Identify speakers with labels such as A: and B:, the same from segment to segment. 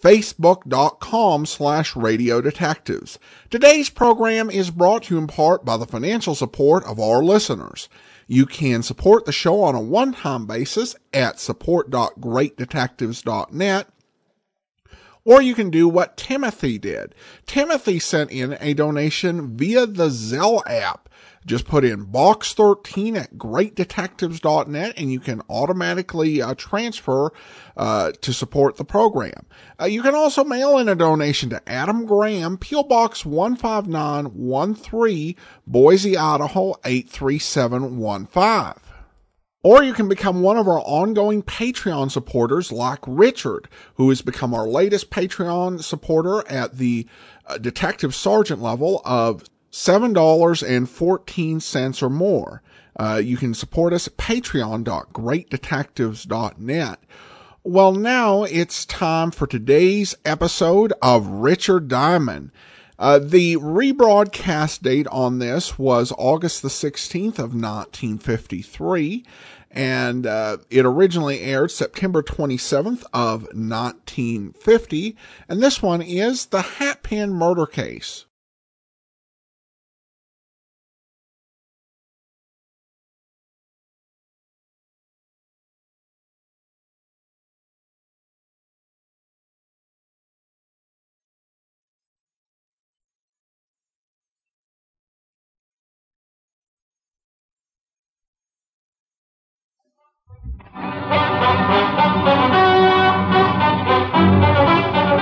A: facebook.com slash radio detectives. Today's program is brought to you in part by the financial support of our listeners. You can support the show on a one-time basis at support.greatdetectives.net or you can do what Timothy did. Timothy sent in a donation via the Zelle app. Just put in box 13 at greatdetectives.net and you can automatically uh, transfer uh, to support the program. Uh, you can also mail in a donation to Adam Graham, P.O. Box 15913, Boise, Idaho 83715. Or you can become one of our ongoing Patreon supporters like Richard, who has become our latest Patreon supporter at the uh, detective sergeant level of $7.14 or more. Uh, you can support us at patreon.greatdetectives.net. Well, now it's time for today's episode of Richard Diamond. Uh, the rebroadcast date on this was August the 16th of 1953, and uh, it originally aired September 27th of 1950, and this one is the Hatpin Murder Case.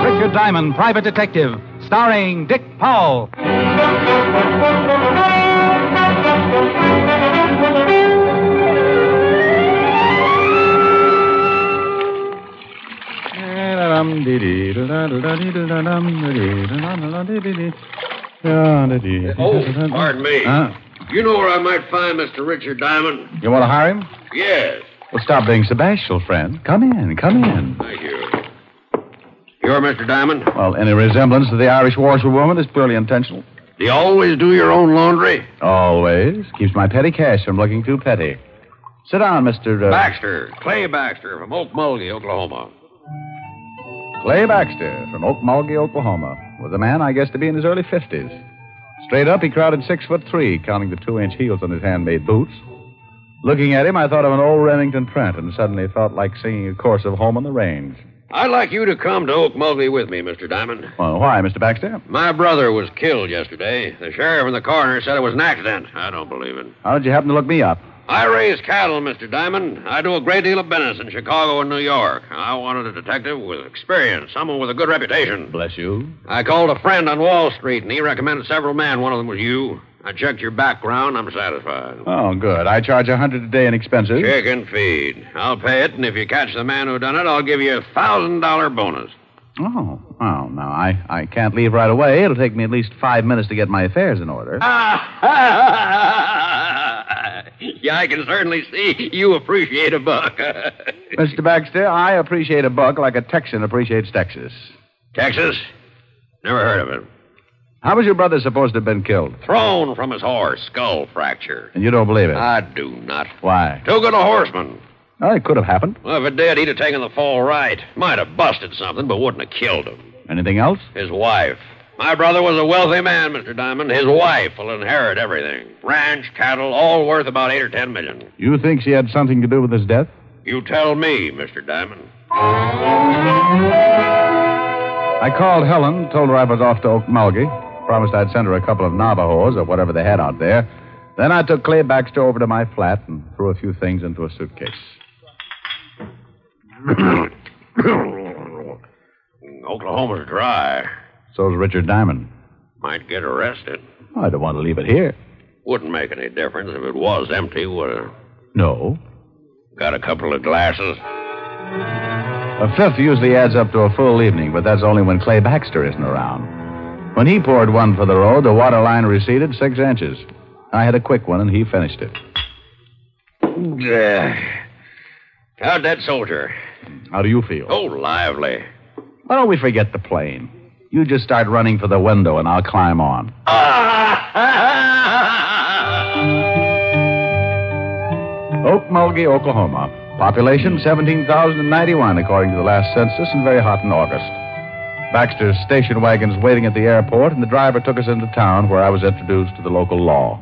B: Richard Diamond, Private Detective, starring Dick Powell.
C: Oh,
B: Oh,
C: pardon me.
B: Huh?
C: You know where I might find Mr. Richard Diamond?
B: You want to hire him?
C: Yes.
B: Well, stop being so bashful, friend. Come in, come in.
C: Thank you. You're Mr. Diamond?
B: Well, any resemblance to the Irish washerwoman is purely intentional.
C: Do you always do your own laundry?
B: Always. Keeps my petty cash from looking too petty. Sit down, Mr. Uh,
C: Baxter, Clay Baxter from Okmulgee, Oklahoma.
B: Clay Baxter from Okmulgee, Oklahoma, was a man I guess to be in his early 50s. Straight up, he crowded six foot three, counting the two inch heels on his handmade boots. Looking at him, I thought of an old Remington print and suddenly felt like singing a course of Home on the Range.
C: I'd like you to come to Okmulgee with me, Mr. Diamond.
B: Well, why, Mr. Baxter?
C: My brother was killed yesterday. The sheriff and the coroner said it was an accident. I don't believe it.
B: How did you happen to look me up?
C: I raise cattle, Mr. Diamond. I do a great deal of business in Chicago and New York. I wanted a detective with experience, someone with a good reputation.
B: Bless you.
C: I called a friend on Wall Street, and he recommended several men. One of them was you. I checked your background. I'm satisfied.
B: Oh, good. I charge a hundred a day in expenses.
C: Check and feed. I'll pay it, and if you catch the man who done it, I'll give you a thousand dollar bonus.
B: Oh, well, now I, I can't leave right away. It'll take me at least five minutes to get my affairs in order.
C: yeah, I can certainly see you appreciate a buck.
B: Mr. Baxter, I appreciate a buck like a Texan appreciates Texas.
C: Texas? Never heard of it.
B: How was your brother supposed to have been killed?
C: Thrown from his horse, skull fracture.
B: And you don't believe it?
C: I do not.
B: Why?
C: Too good a horseman.
B: Uh, Well, it could have happened.
C: Well, if it did, he'd have taken the fall right. Might have busted something, but wouldn't have killed him.
B: Anything else?
C: His wife. My brother was a wealthy man, Mr. Diamond. His wife will inherit everything. Ranch, cattle, all worth about eight or ten million.
B: You think she had something to do with his death?
C: You tell me, Mr. Diamond.
B: I called Helen, told her I was off to Okmulgee, promised I'd send her a couple of Navajos or whatever they had out there. Then I took Clay Baxter over to my flat and threw a few things into a suitcase.
C: Oklahoma's dry.
B: So's Richard Diamond.
C: Might get arrested.
B: I don't want to leave it here.
C: Wouldn't make any difference if it was empty. Would have
B: No.
C: got a couple of glasses.
B: A fifth usually adds up to a full evening, but that's only when Clay Baxter isn't around. When he poured one for the road, the water line receded six inches. I had a quick one, and he finished it.
C: Uh, How'd that soldier?
B: How do you feel?
C: Oh, lively.
B: Why don't we forget the plane? You just start running for the window and I'll climb on. Oak Mulgee, Oklahoma. Population 17,091 according to the last census and very hot in August. Baxter's station wagon's waiting at the airport and the driver took us into town where I was introduced to the local law.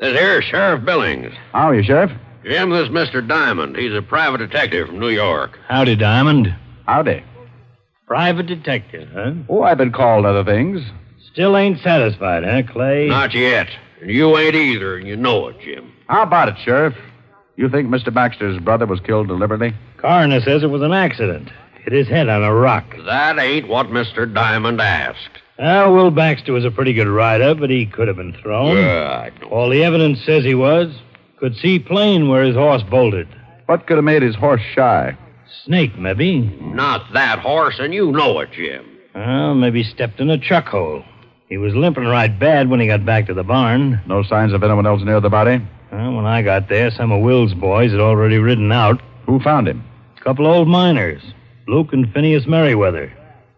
C: This here, Sheriff Billings.
B: How are you, Sheriff?
C: Jim, this Mr. Diamond. He's a private detective from New York.
D: Howdy, Diamond.
B: Howdy.
D: Private detective, huh?
B: Oh, I've been called other things.
D: Still ain't satisfied, huh, Clay?
C: Not yet. And you ain't either, and you know it, Jim.
B: How about it, Sheriff? You think Mr. Baxter's brother was killed deliberately?
D: Coroner says it was an accident. Hit his head on a rock.
C: That ain't what Mr. Diamond asked.
D: Well, Will Baxter was a pretty good rider, but he could have been thrown.
C: Yeah, I know.
D: All the evidence says he was. Could see plain where his horse bolted.
B: What could have made his horse shy?
D: Snake, maybe.
C: Not that horse, and you know it, Jim.
D: Well, maybe stepped in a chuck hole. He was limping right bad when he got back to the barn.
B: No signs of anyone else near the body?
D: Well, when I got there, some of Will's boys had already ridden out.
B: Who found him?
D: couple old miners, Luke and Phineas Merriweather.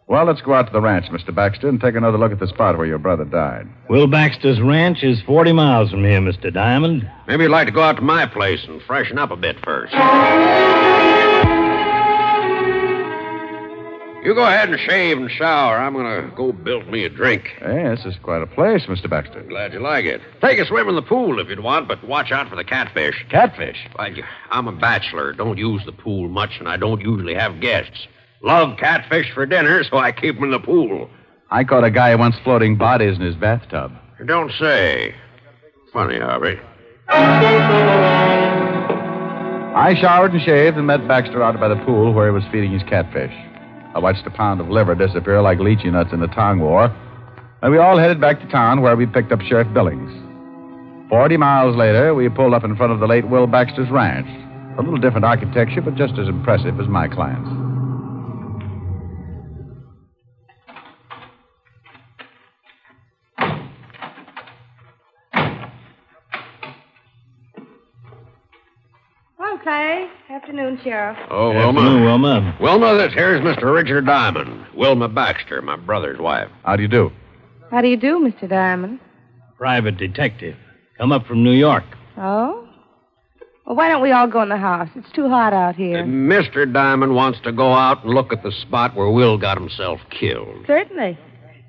B: Well, let's go out to the ranch, Mr. Baxter, and take another look at the spot where your brother died.
D: Will Baxter's ranch is 40 miles from here, Mr. Diamond.
C: Maybe you'd like to go out to my place and freshen up a bit first. You go ahead and shave and shower. I'm gonna go build me a drink.
B: Hey, this is quite a place, Mr. Baxter.
C: Glad you like it. Take a swim in the pool if you'd want, but watch out for the catfish.
B: Catfish.
C: Like, I'm a bachelor, don't use the pool much, and I don't usually have guests. Love catfish for dinner, so I keep 'em in the pool.
B: I caught a guy once floating bodies in his bathtub.
C: Don't say. Funny, Harvey.
B: I showered and shaved and met Baxter out by the pool where he was feeding his catfish. I watched a pound of liver disappear like lychee nuts in the Tong War, and we all headed back to town where we picked up Sheriff Billings. Forty miles later, we pulled up in front of the late Will Baxter's ranch. A little different architecture, but just as impressive as my client's.
E: Hello, Clay. Afternoon, Sheriff.
C: Oh,
D: Afternoon, Wilma.
C: Wilma, this here's Mr. Richard Diamond. Wilma Baxter, my brother's wife.
B: How do you do?
E: How do you do, Mr. Diamond?
D: Private detective. Come up from New York.
E: Oh? Well, why don't we all go in the house? It's too hot out here.
F: Um,
C: Mr. Diamond wants to go out and look at the spot where Will got himself killed.
E: Certainly.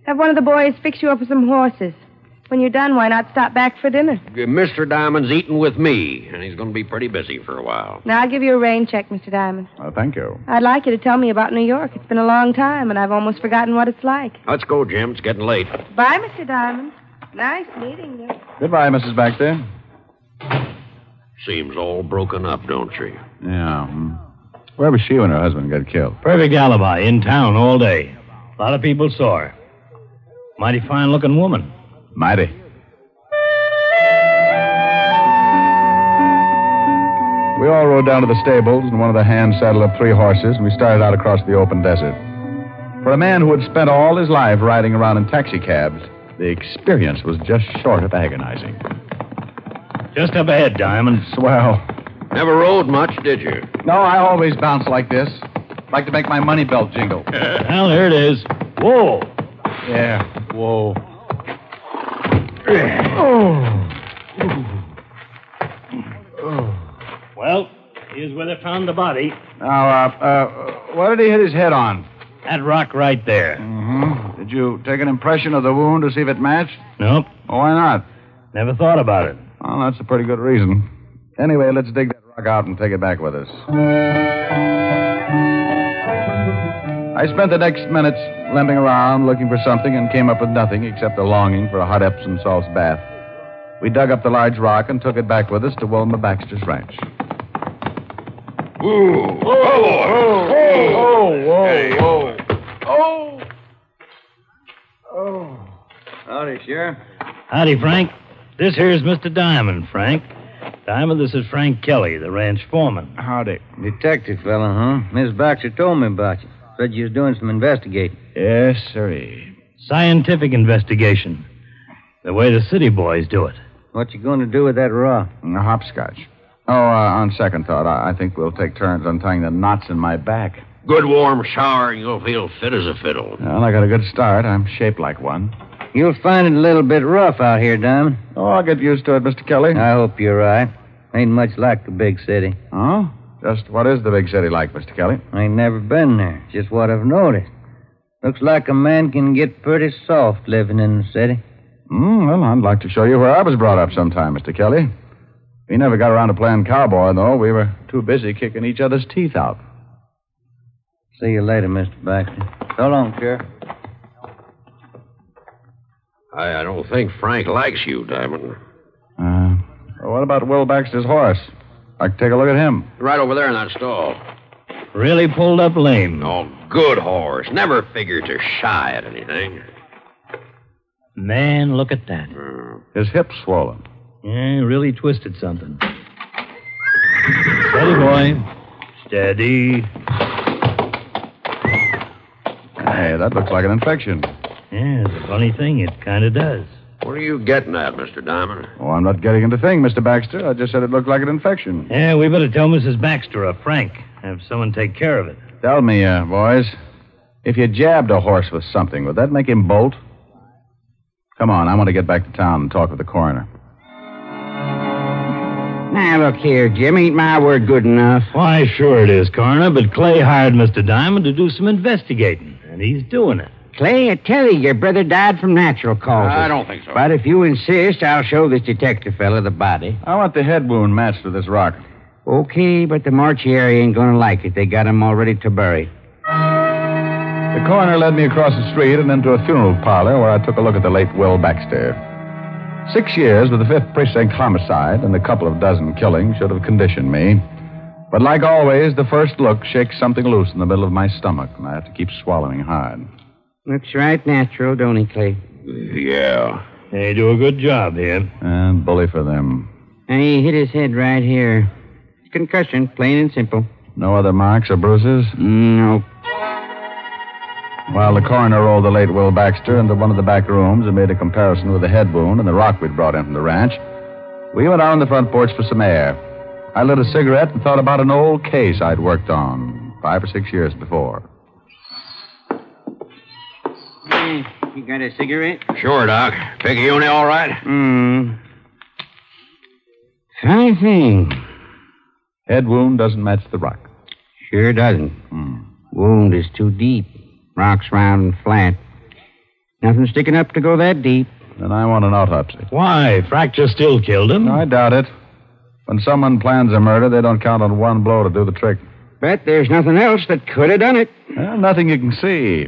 E: Have one of the boys fix you up with some horses. When you're done, why not stop back for dinner?
C: Mr. Diamond's eating with me, and he's going to be pretty busy for a while.
E: Now, I'll give you a rain check, Mr. Diamond.
B: Uh, thank you.
E: I'd like you to tell me about New York. It's been a long time, and I've almost forgotten what it's like.
C: Let's go, Jim. It's getting late.
E: Bye, Mr. Diamond. Nice meeting you.
B: Goodbye, Mrs. Baxter.
C: Seems all broken up, don't she?
B: Yeah. hmm. Where was she when her husband got killed?
D: Perfect alibi. In town all day. A lot of people saw her. Mighty fine looking woman.
B: Mighty. We all rode down to the stables, and one of the hands saddled up three horses, and we started out across the open desert. For a man who had spent all his life riding around in taxicabs, the experience was just short of agonizing.
D: Just up ahead, Diamond.
B: Swell.
C: Never rode much, did you?
B: No, I always bounce like this. Like to make my money belt jingle.
D: Well, here it is. Whoa.
B: Yeah. Whoa.
D: Well, here's where they found the body.
B: Now, uh, uh, what did he hit his head on?
D: That rock right there.
B: Mm-hmm. Did you take an impression of the wound to see if it matched?
D: Nope.
B: Well, why not?
D: Never thought about it.
B: Well, that's a pretty good reason. Anyway, let's dig that rock out and take it back with us. I spent the next minutes limping around looking for something and came up with nothing except a longing for a hot Epsom salts bath. We dug up the large rock and took it back with us to Wilma Baxter's ranch.
C: Ooh. Oh,
B: whoa, whoa,
C: Hey.
B: whoa. Oh. Oh. Howdy, Sheriff.
D: Howdy, Frank. This here's Mr. Diamond, Frank. Diamond, this is Frank Kelly, the ranch foreman.
B: Howdy.
G: Detective fella, huh? Miss Baxter told me about you. Said you was doing some investigating.
B: Yes, sirree.
D: Scientific investigation. The way the city boys do it.
G: What you going to do with that rock?
B: And the hopscotch. Oh, uh, on second thought, I, I think we'll take turns untying the knots in my back.
C: Good warm shower, and you'll feel fit as a fiddle.
B: Well, I got a good start. I'm shaped like one.
G: You'll find it a little bit rough out here, Diamond.
B: Oh, I'll get used to it, Mr. Kelly.
G: I hope you're right. Ain't much like the big city.
B: oh? Just what is the big city like, Mr. Kelly?
G: I ain't never been there. Just what I've noticed. Looks like a man can get pretty soft living in the city.
B: Mm, well, I'd like to show you where I was brought up sometime, Mr. Kelly. We never got around to playing cowboy, though. We were too busy kicking each other's teeth out.
G: See you later, Mr. Baxter. So long, Sheriff.
C: I, I don't think Frank likes you, Diamond.
B: Uh, well, what about Will Baxter's horse? I could take a look at him.
C: Right over there in that stall.
D: Really pulled up lame.
C: Oh, good horse. Never figured to shy at anything.
D: Man, look at that.
B: His hip's swollen.
D: Yeah, really twisted something. Steady, boy. Steady.
B: Hey, that looks like an infection.
D: Yeah, it's a funny thing. It kind of does.
C: What are you getting at, Mr. Diamond?
B: Oh, I'm not getting into thing, Mr. Baxter. I just said it looked like an infection.
D: Yeah, we better tell Mrs. Baxter or Frank. Have someone take care of it.
B: Tell me, uh, boys, if you jabbed a horse with something, would that make him bolt? Come on, I want to get back to town and talk with the coroner.
F: Now, look here, Jim. Ain't my word good enough?
D: Why, sure it is, Coroner, but Clay hired Mr. Diamond to do some investigating, and he's doing it.
F: Clay, I tell you, your brother died from natural causes.
C: I don't think so.
F: But if you insist, I'll show this detective fella the body.
B: I want the head wound matched to this rock.
F: Okay, but the mortuary ain't gonna like it. They got him all ready to bury.
B: The coroner led me across the street and into a funeral parlor where I took a look at the late Will Baxter. Six years with the 5th Precinct homicide and a couple of dozen killings should have conditioned me. But like always, the first look shakes something loose in the middle of my stomach, and I have to keep swallowing hard.
F: Looks right natural, don't he, Clay?
C: Yeah.
D: They do a good job here.
B: And bully for them.
F: And he hit his head right here. Concussion, plain and simple.
B: No other marks or bruises?
F: No.
B: While the coroner rolled the late Will Baxter into one of the back rooms and made a comparison with the head wound and the rock we'd brought in from the ranch, we went out on the front porch for some air. I lit a cigarette and thought about an old case I'd worked on five or six years before.
F: Hey, you got a cigarette?
C: Sure, Doc. Picayune all right?
F: Hmm. Funny thing.
B: Head wound doesn't match the rock.
F: Sure doesn't.
B: Hmm.
F: Wound is too deep. Rock's round and flat. Nothing sticking up to go that deep.
B: Then I want an autopsy.
D: Why? Fracture still killed him.
B: No, I doubt it. When someone plans a murder, they don't count on one blow to do the trick.
F: But there's nothing else that could have done it.
B: Well, nothing you can see.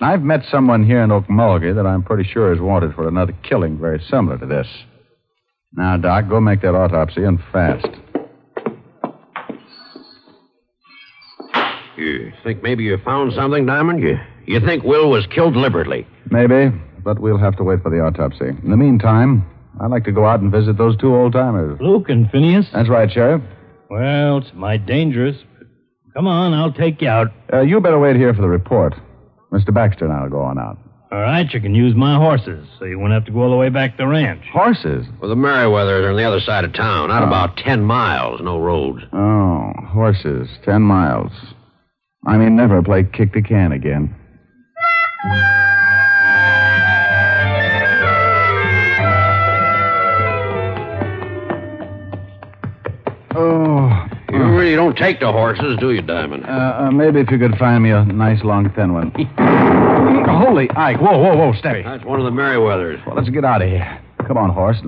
B: I've met someone here in Okmulgee that I'm pretty sure is wanted for another killing very similar to this. Now, Doc, go make that autopsy and fast.
C: You think maybe you found something, Diamond? You, you think Will was killed deliberately?
B: Maybe, but we'll have to wait for the autopsy. In the meantime, I'd like to go out and visit those two old timers.
D: Luke and Phineas?
B: That's right, Sheriff.
D: Well, it's mighty dangerous. Come on, I'll take you out.
B: Uh, you better wait here for the report. Mr. Baxter and I'll go on out.
D: All right, you can use my horses, so you won't have to go all the way back to the ranch.
B: Horses?
C: Well, the Merriweathers are on the other side of town, out about ten miles, no roads.
B: Oh, horses. Ten miles. I mean, never play kick the can again. Oh,
C: You really don't take to horses, do you, Diamond?
B: uh, uh, maybe if you could find me a nice, long, thin one. Holy Ike. Whoa, whoa, whoa, Steppy.
C: That's one of the Merriweathers.
B: Well, let's get out of here. Come on, horse.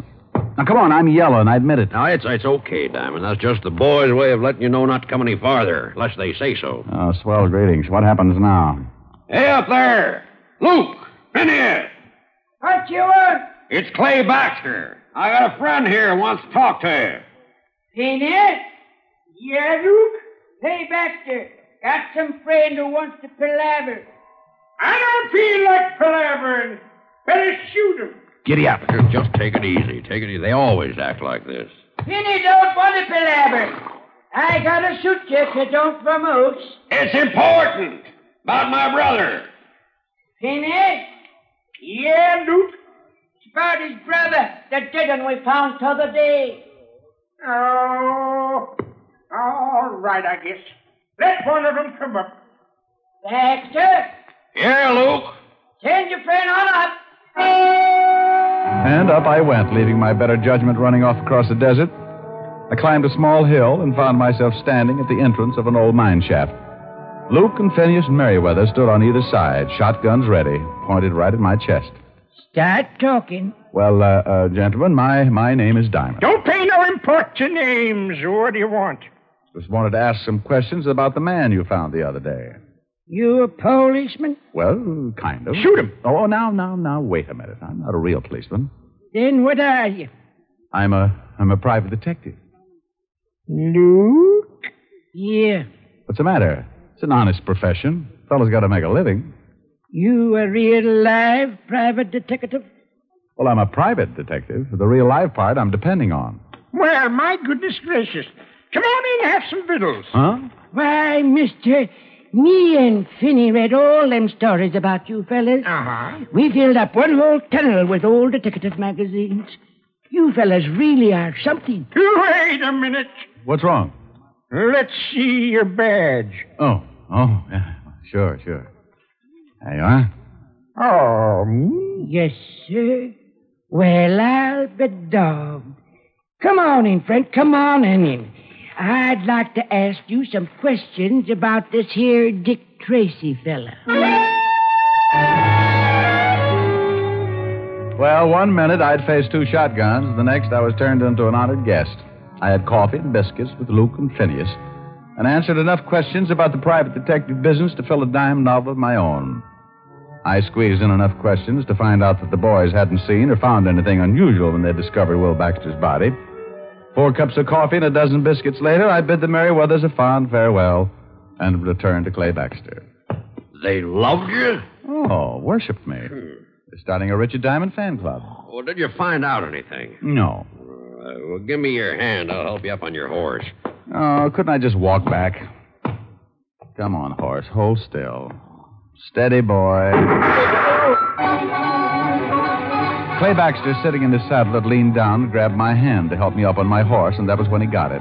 B: Now, come on, I'm yellow, and I admit it.
C: Now, it's, it's okay, Diamond. That's just the boys' way of letting you know not to come any farther, unless they say so.
B: Oh, swell greetings. What happens now?
C: Hey, up there! Luke! Phineas!
E: What you want?
C: It's Clay Baxter. I got a friend here who wants to talk to you.
E: Peanut? Yeah, Luke? Hey, Baxter, got some friend who wants to palaver. I don't feel like palavering. Better shoot him.
B: Giddy up.
C: Just- Just take it easy. Take it easy. They always act like this.
E: Penny don't want to palaver. I gotta shoot you if you don't promote.
C: It's important about my brother.
E: Penny? Yeah, Luke? It's about his brother, the dead one we found t'other day. Oh, all right, I guess. Let one of them come up. Baxter,
C: Yeah, Luke.
E: send your friend on up.
B: And up I went, leaving my better judgment running off across the desert. I climbed a small hill and found myself standing at the entrance of an old mine shaft. Luke and Phineas and Merriweather stood on either side, shotguns ready, pointed right at my chest.
H: Start talking.
B: Well, uh, uh, gentlemen, my, my name is Diamond.
E: Don't pay no import to names. What do you want?
B: Just wanted to ask some questions about the man you found the other day.
H: You a policeman?
B: Well, kind of.
E: Shoot him.
B: Oh, now, now, now, wait a minute. I'm not a real policeman.
H: Then what are you?
B: I'm a, I'm a private detective.
H: Luke? Yeah.
B: What's the matter? It's an honest profession. Fellow's got to make a living.
H: You a real live private detective?
B: Well, I'm a private detective. The real life part I'm depending on.
E: Well, my goodness gracious. Come on in, have some victuals.
B: Huh?
H: Why, mister, me and Finney read all them stories about you fellas.
E: Uh-huh.
H: We filled up one whole tunnel with old detective magazines. You fellas really are something.
E: Wait a minute.
B: What's wrong?
E: Let's see your badge.
B: Oh, oh, yeah. Sure, sure. There you are.
E: Oh, me?
H: Yes, sir. Well, I'll be dogged. Come on in, friend. Come on in. I'd like to ask you some questions about this here Dick Tracy fella.
B: Well, one minute I'd faced two shotguns. The next I was turned into an honored guest. I had coffee and biscuits with Luke and Phineas and answered enough questions about the private detective business to fill a dime novel of my own. I squeezed in enough questions to find out that the boys hadn't seen or found anything unusual when they discovered Will Baxter's body. Four cups of coffee and a dozen biscuits later, I bid the Merryweathers a fond farewell and returned to Clay Baxter.
C: They loved you?
B: Oh, worshipped me. They're starting a Richard Diamond fan club.
C: Well, did you find out anything?
B: No,
C: Uh, well, give me your hand. I'll help you up on your horse.
B: Oh, couldn't I just walk back? Come on, horse. Hold still. Steady, boy. Clay Baxter, sitting in his saddle, had leaned down, grabbed my hand to help me up on my horse, and that was when he got it.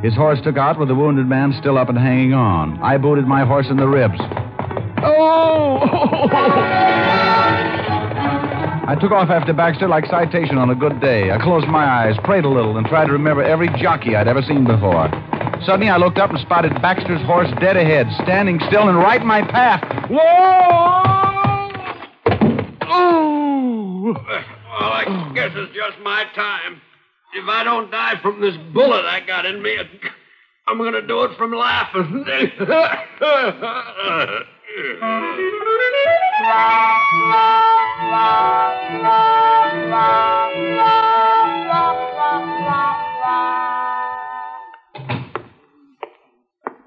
B: His horse took out with the wounded man still up and hanging on. I booted my horse in the ribs. Oh! I took off after Baxter like citation on a good day. I closed my eyes, prayed a little, and tried to remember every jockey I'd ever seen before. Suddenly, I looked up and spotted Baxter's horse dead ahead, standing still and right in my path. Whoa! Ooh!
C: Well, I guess it's just my time. If I don't die from this bullet I got in me, I'm going to do it from laughing.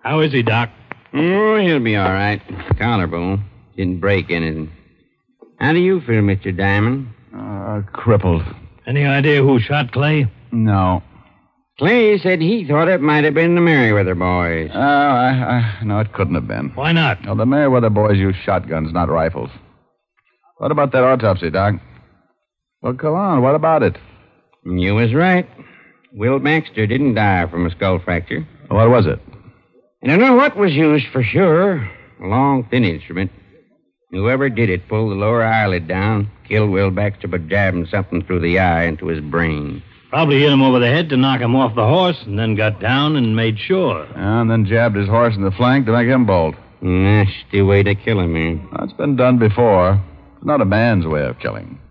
D: How is he, Doc?
F: Oh, he'll be all right. Collarbone. Didn't break anything. How do you feel, Mr. Diamond?
B: Uh, crippled.
D: Any idea who shot Clay?
B: No.
F: Clay said he thought it might have been the Merriweather boys.
B: Oh, I, I, no, it couldn't have been.
D: Why not?
B: Well, the Merriweather boys use shotguns, not rifles. What about that autopsy, Doc? Well, come on. What about it?
F: You was right. Will Baxter didn't die from a skull fracture.
B: What was it?
F: I don't know what was used for sure. A long, thin instrument. Whoever did it pulled the lower eyelid down, killed Will Baxter by jabbing something through the eye into his brain.
D: Probably hit him over the head to knock him off the horse, and then got down and made sure.
B: And then jabbed his horse in the flank to make him bolt.
F: Nasty way to kill a man.
B: That's been done before. It's not a man's way of killing.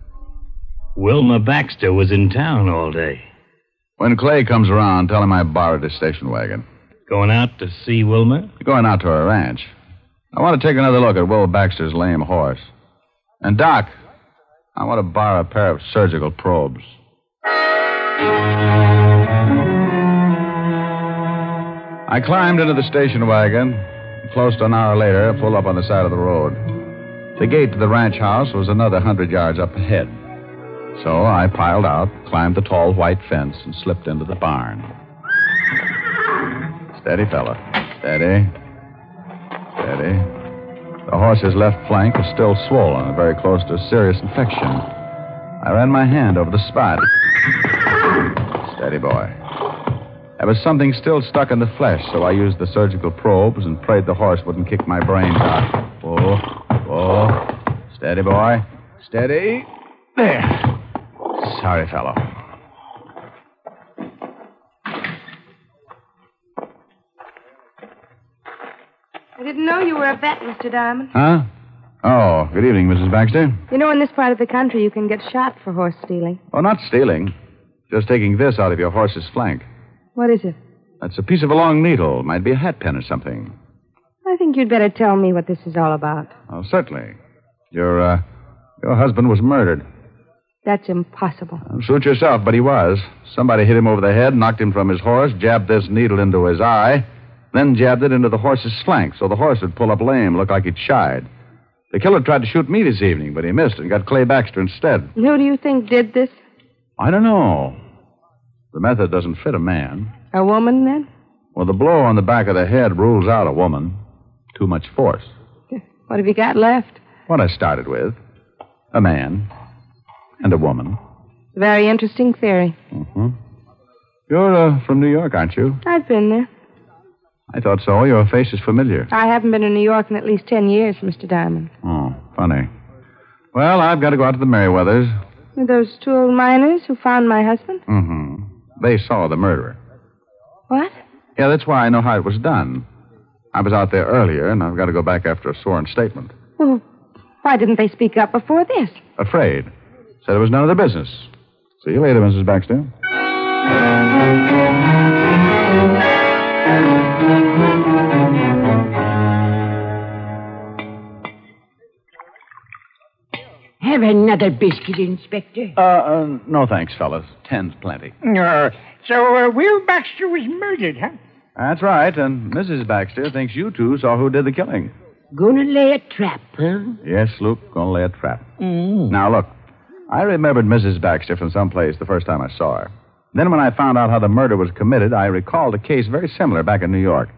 D: Wilma Baxter was in town all day.
B: When Clay comes around, tell him I borrowed his station wagon.
D: Going out to see Wilma?
B: We're going out to a ranch. I want to take another look at Will Baxter's lame horse. And, Doc, I want to borrow a pair of surgical probes. I climbed into the station wagon. Close to an hour later, I pulled up on the side of the road. The gate to the ranch house was another hundred yards up ahead. So I piled out, climbed the tall white fence, and slipped into the barn. Steady, fella. Steady. Steady. The horse's left flank was still swollen and very close to a serious infection. I ran my hand over the spot. Steady, boy. There was something still stuck in the flesh, so I used the surgical probes and prayed the horse wouldn't kick my brains out. Whoa, whoa. Steady, boy. Steady. There. Sorry, fellow.
I: I didn't know you were a vet, Mr. Diamond.
B: Huh? Oh, good evening, Mrs. Baxter.
I: You know, in this part of the country, you can get shot for horse stealing.
B: Oh, not stealing. Just taking this out of your horse's flank.
I: What is it?
B: That's a piece of a long needle. Might be a hat pin or something.
I: I think you'd better tell me what this is all about.
B: Oh, certainly. Your, uh, your husband was murdered.
I: That's impossible.
B: Suit yourself, but he was. Somebody hit him over the head, knocked him from his horse, jabbed this needle into his eye, then jabbed it into the horse's flank so the horse would pull up lame, look like he'd shied. The killer tried to shoot me this evening, but he missed and got Clay Baxter instead.
I: And Who do you think did this?
B: I don't know. The method doesn't fit a man.
I: A woman, then?
B: Well, the blow on the back of the head rules out a woman. Too much force.
I: What have you got left?
B: What I started with a man and a woman.
I: Very interesting theory.
B: You're uh, from New York, aren't you?
I: I've been there.
B: I thought so. Your face is familiar.
I: I haven't been in New York in at least ten years, Mr. Diamond.
B: Oh, funny. Well, I've got to go out to the Merriweathers.
I: Those two old miners who found my husband?
B: Mm-hmm. They saw the murderer.
I: What?
B: Yeah, that's why I know how it was done. I was out there earlier, and I've got to go back after a sworn statement.
I: Well, why didn't they speak up before this?
B: Afraid. Said it was none of their business. See you later, Mrs. Baxter.
H: Have another biscuit, Inspector.
B: Uh, uh no thanks, fellas. Ten's plenty.
J: Uh, so uh, Will Baxter was murdered, huh?
B: That's right, and Mrs. Baxter thinks you two saw who did the killing.
H: Gonna lay a trap, huh?
B: Yes, Luke, gonna lay a trap.
H: Mm.
B: Now, look, I remembered Mrs. Baxter from someplace the first time I saw her. Then, when I found out how the murder was committed, I recalled a case very similar back in New York.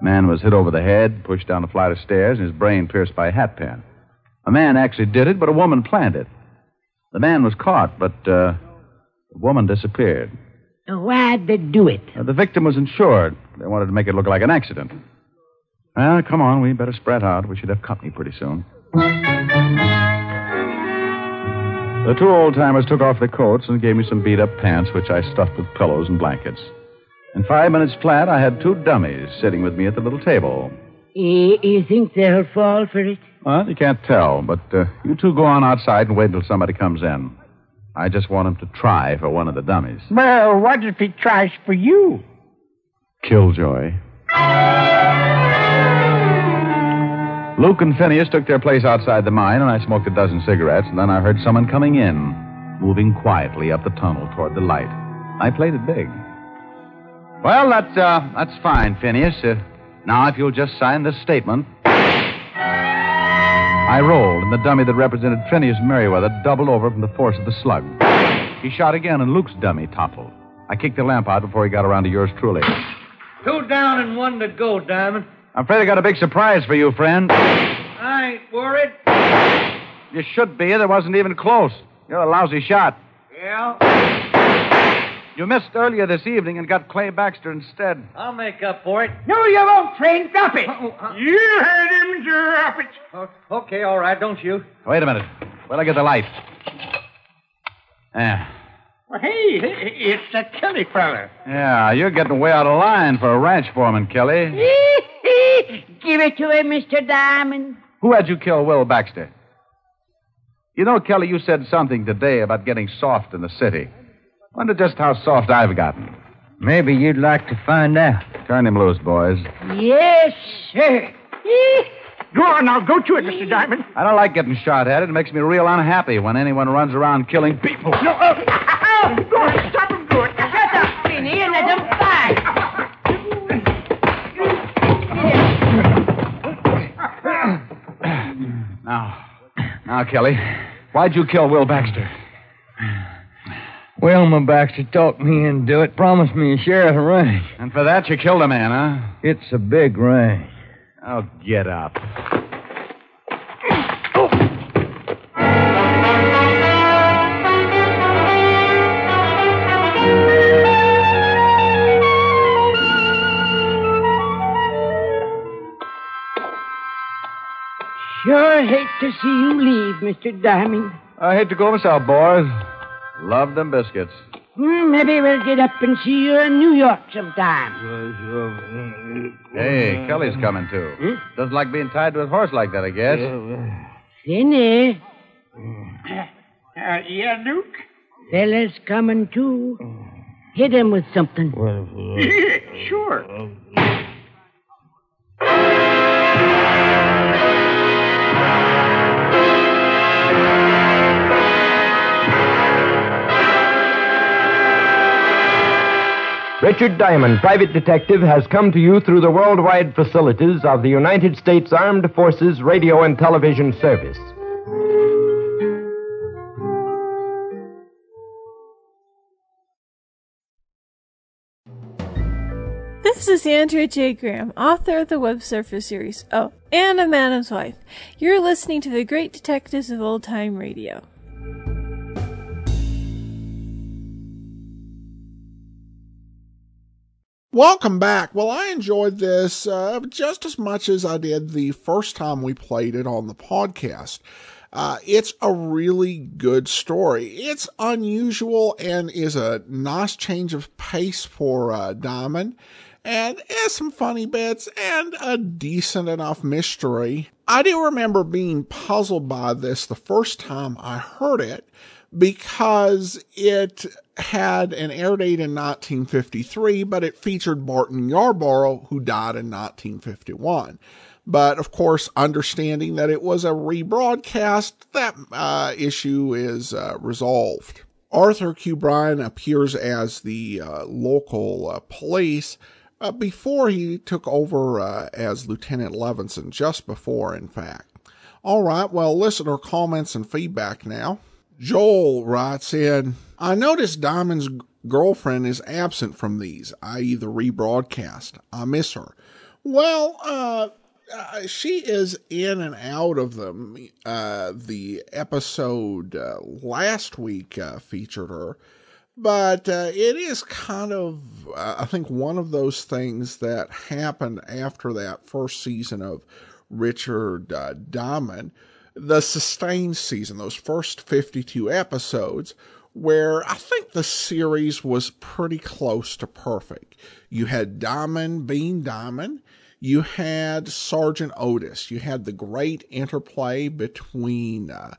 B: Man was hit over the head, pushed down a flight of stairs, and his brain pierced by a hat pin. A man actually did it, but a woman planned it. The man was caught, but uh, the woman disappeared.
H: Why'd they do it?
B: Uh, the victim was insured. They wanted to make it look like an accident. Well, come on, we better spread out. We should have company pretty soon. The two old timers took off their coats and gave me some beat up pants, which I stuffed with pillows and blankets. In five minutes flat, I had two dummies sitting with me at the little table.
H: You, you think they'll fall for it?
B: Well, you can't tell, but uh, you two go on outside and wait until somebody comes in. I just want him to try for one of the dummies.
J: Well, what if he tries for you?
B: Killjoy. Luke and Phineas took their place outside the mine, and I smoked a dozen cigarettes, and then I heard someone coming in, moving quietly up the tunnel toward the light. I played it big. Well, that's, uh, that's fine, Phineas. Uh, now, if you'll just sign this statement. I rolled, and the dummy that represented Phineas Merriweather doubled over from the force of the slug. He shot again, and Luke's dummy toppled. I kicked the lamp out before he got around to yours truly.
K: Two down and one to go, Diamond.
B: I'm afraid I got a big surprise for you, friend.
K: I ain't worried.
B: You should be. There wasn't even close. You're a lousy shot.
K: Yeah?
B: You missed earlier this evening and got Clay Baxter instead.
K: I'll make up for it.
J: No, you won't, friend. Drop it. You heard him. Drop it.
K: Oh, okay, all right, don't you?
B: Wait a minute. Where'd I get the light? Yeah.
J: Well, hey, it's that Kelly fella.
B: Yeah, you're getting way out of line for a ranch foreman, Kelly.
H: Give it to him, Mr. Diamond.
B: Who had you kill Will Baxter? You know, Kelly, you said something today about getting soft in the city. Wonder just how soft I've gotten. Maybe you'd like to find out. Turn him loose, boys.
H: Yes, sir.
J: Go on, now go to it, Mr. Diamond.
B: I don't like getting shot at. It makes me real unhappy when anyone runs around killing people.
J: No, uh, go on, stop him, go on.
H: Shut up, Finney, and let them fight.
B: Now, now, Kelly, why'd you kill Will Baxter?
G: Wilma Baxter talked me into it, promised me a share of the ranch.
B: And for that, you killed a man, huh?
G: It's a big ranch.
B: Oh, get up.
H: Sure hate to see you leave, Mr. Diamond.
B: I hate to go myself, boys. Love them biscuits.
H: Hmm, maybe we'll get up and see you in New York sometime.
B: Hey, Kelly's coming too.
J: Hmm?
B: Doesn't like being tied to his horse like that, I guess.
H: Finny,
E: Uh, yeah, Duke?
H: fella's coming too. Hit him with something.
E: sure.
L: Richard Diamond, private detective, has come to you through the worldwide facilities of the United States Armed Forces Radio and Television Service.
M: This is Andrea J. Graham, author of the Web Surfer series. Oh, and a Madam's Wife. You're listening to the Great Detectives of Old Time Radio.
A: Welcome back. Well, I enjoyed this uh, just as much as I did the first time we played it on the podcast. Uh, it's a really good story. It's unusual and is a nice change of pace for uh, Diamond, and has some funny bits and a decent enough mystery. I do remember being puzzled by this the first time I heard it because it had an air date in 1953, but it featured Barton Yarborough, who died in 1951. But of course, understanding that it was a rebroadcast, that uh, issue is uh, resolved. Arthur Q. Bryan appears as the uh, local uh, police uh, before he took over uh, as Lieutenant Levinson, just before, in fact. All right, well, listener comments and feedback now. Joel writes in I notice Diamond's g- girlfriend is absent from these, i.e., the rebroadcast. I miss her. Well, uh, uh, she is in and out of them. Uh, the episode uh, last week uh, featured her, but uh, it is kind of, uh, I think, one of those things that happened after that first season of Richard uh, Diamond, the sustained season, those first 52 episodes, where I think the series was pretty close to perfect. You had Diamond being Diamond. You had Sergeant Otis. You had the great interplay between uh,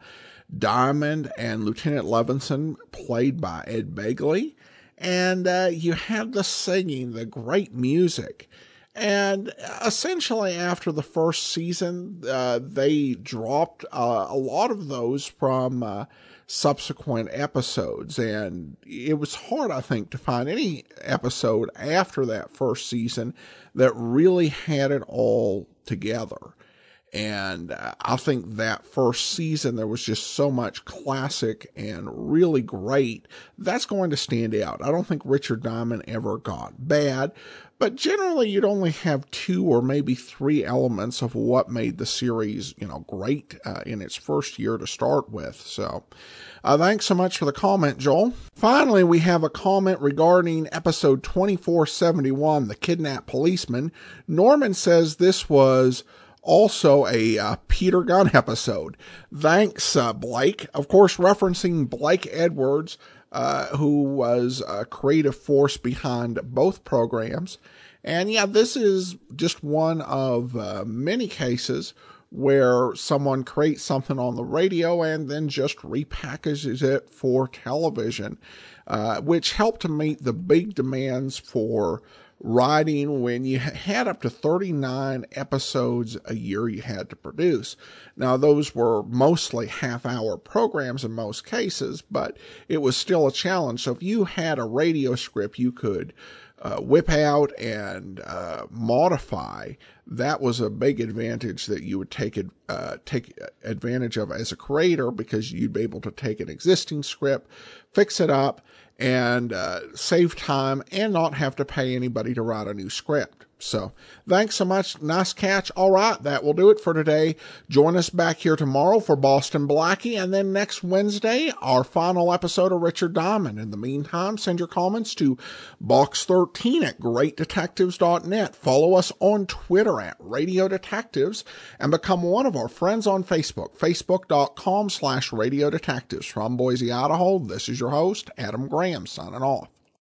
A: Diamond and Lieutenant Levinson, played by Ed Begley. And uh, you had the singing, the great music. And essentially, after the first season, uh, they dropped uh, a lot of those from uh, subsequent episodes. And it was hard, I think, to find any episode after that first season that really had it all together. And uh, I think that first season, there was just so much classic and really great. That's going to stand out. I don't think Richard Diamond ever got bad, but generally you'd only have two or maybe three elements of what made the series, you know, great uh, in its first year to start with. So uh, thanks so much for the comment, Joel. Finally, we have a comment regarding episode 2471, The Kidnapped Policeman. Norman says this was also a uh, Peter Gunn episode. Thanks, uh, Blake. Of course, referencing Blake Edwards, uh, who was a creative force behind both programs. And yeah, this is just one of uh, many cases where someone creates something on the radio and then just repackages it for television, uh, which helped to meet the big demands for writing when you ha- had up to 39 episodes a year you had to produce. Now, those were mostly half hour programs in most cases, but it was still a challenge. So, if you had a radio script you could uh, whip out and uh, modify, that was a big advantage that you would take ad- uh, take advantage of as a creator because you'd be able to take an existing script, fix it up, and uh, save time and not have to pay anybody to write a new script. So thanks so much. Nice catch. All right. That will do it for today. Join us back here tomorrow for Boston Blackie. And then next Wednesday, our final episode of Richard Diamond. In the meantime, send your comments to box13 at greatdetectives.net. Follow us on Twitter at Radio Detectives and become one of our friends on Facebook, facebook.com slash Radio Detectives. From Boise, Idaho, this is your host, Adam Graham, signing off.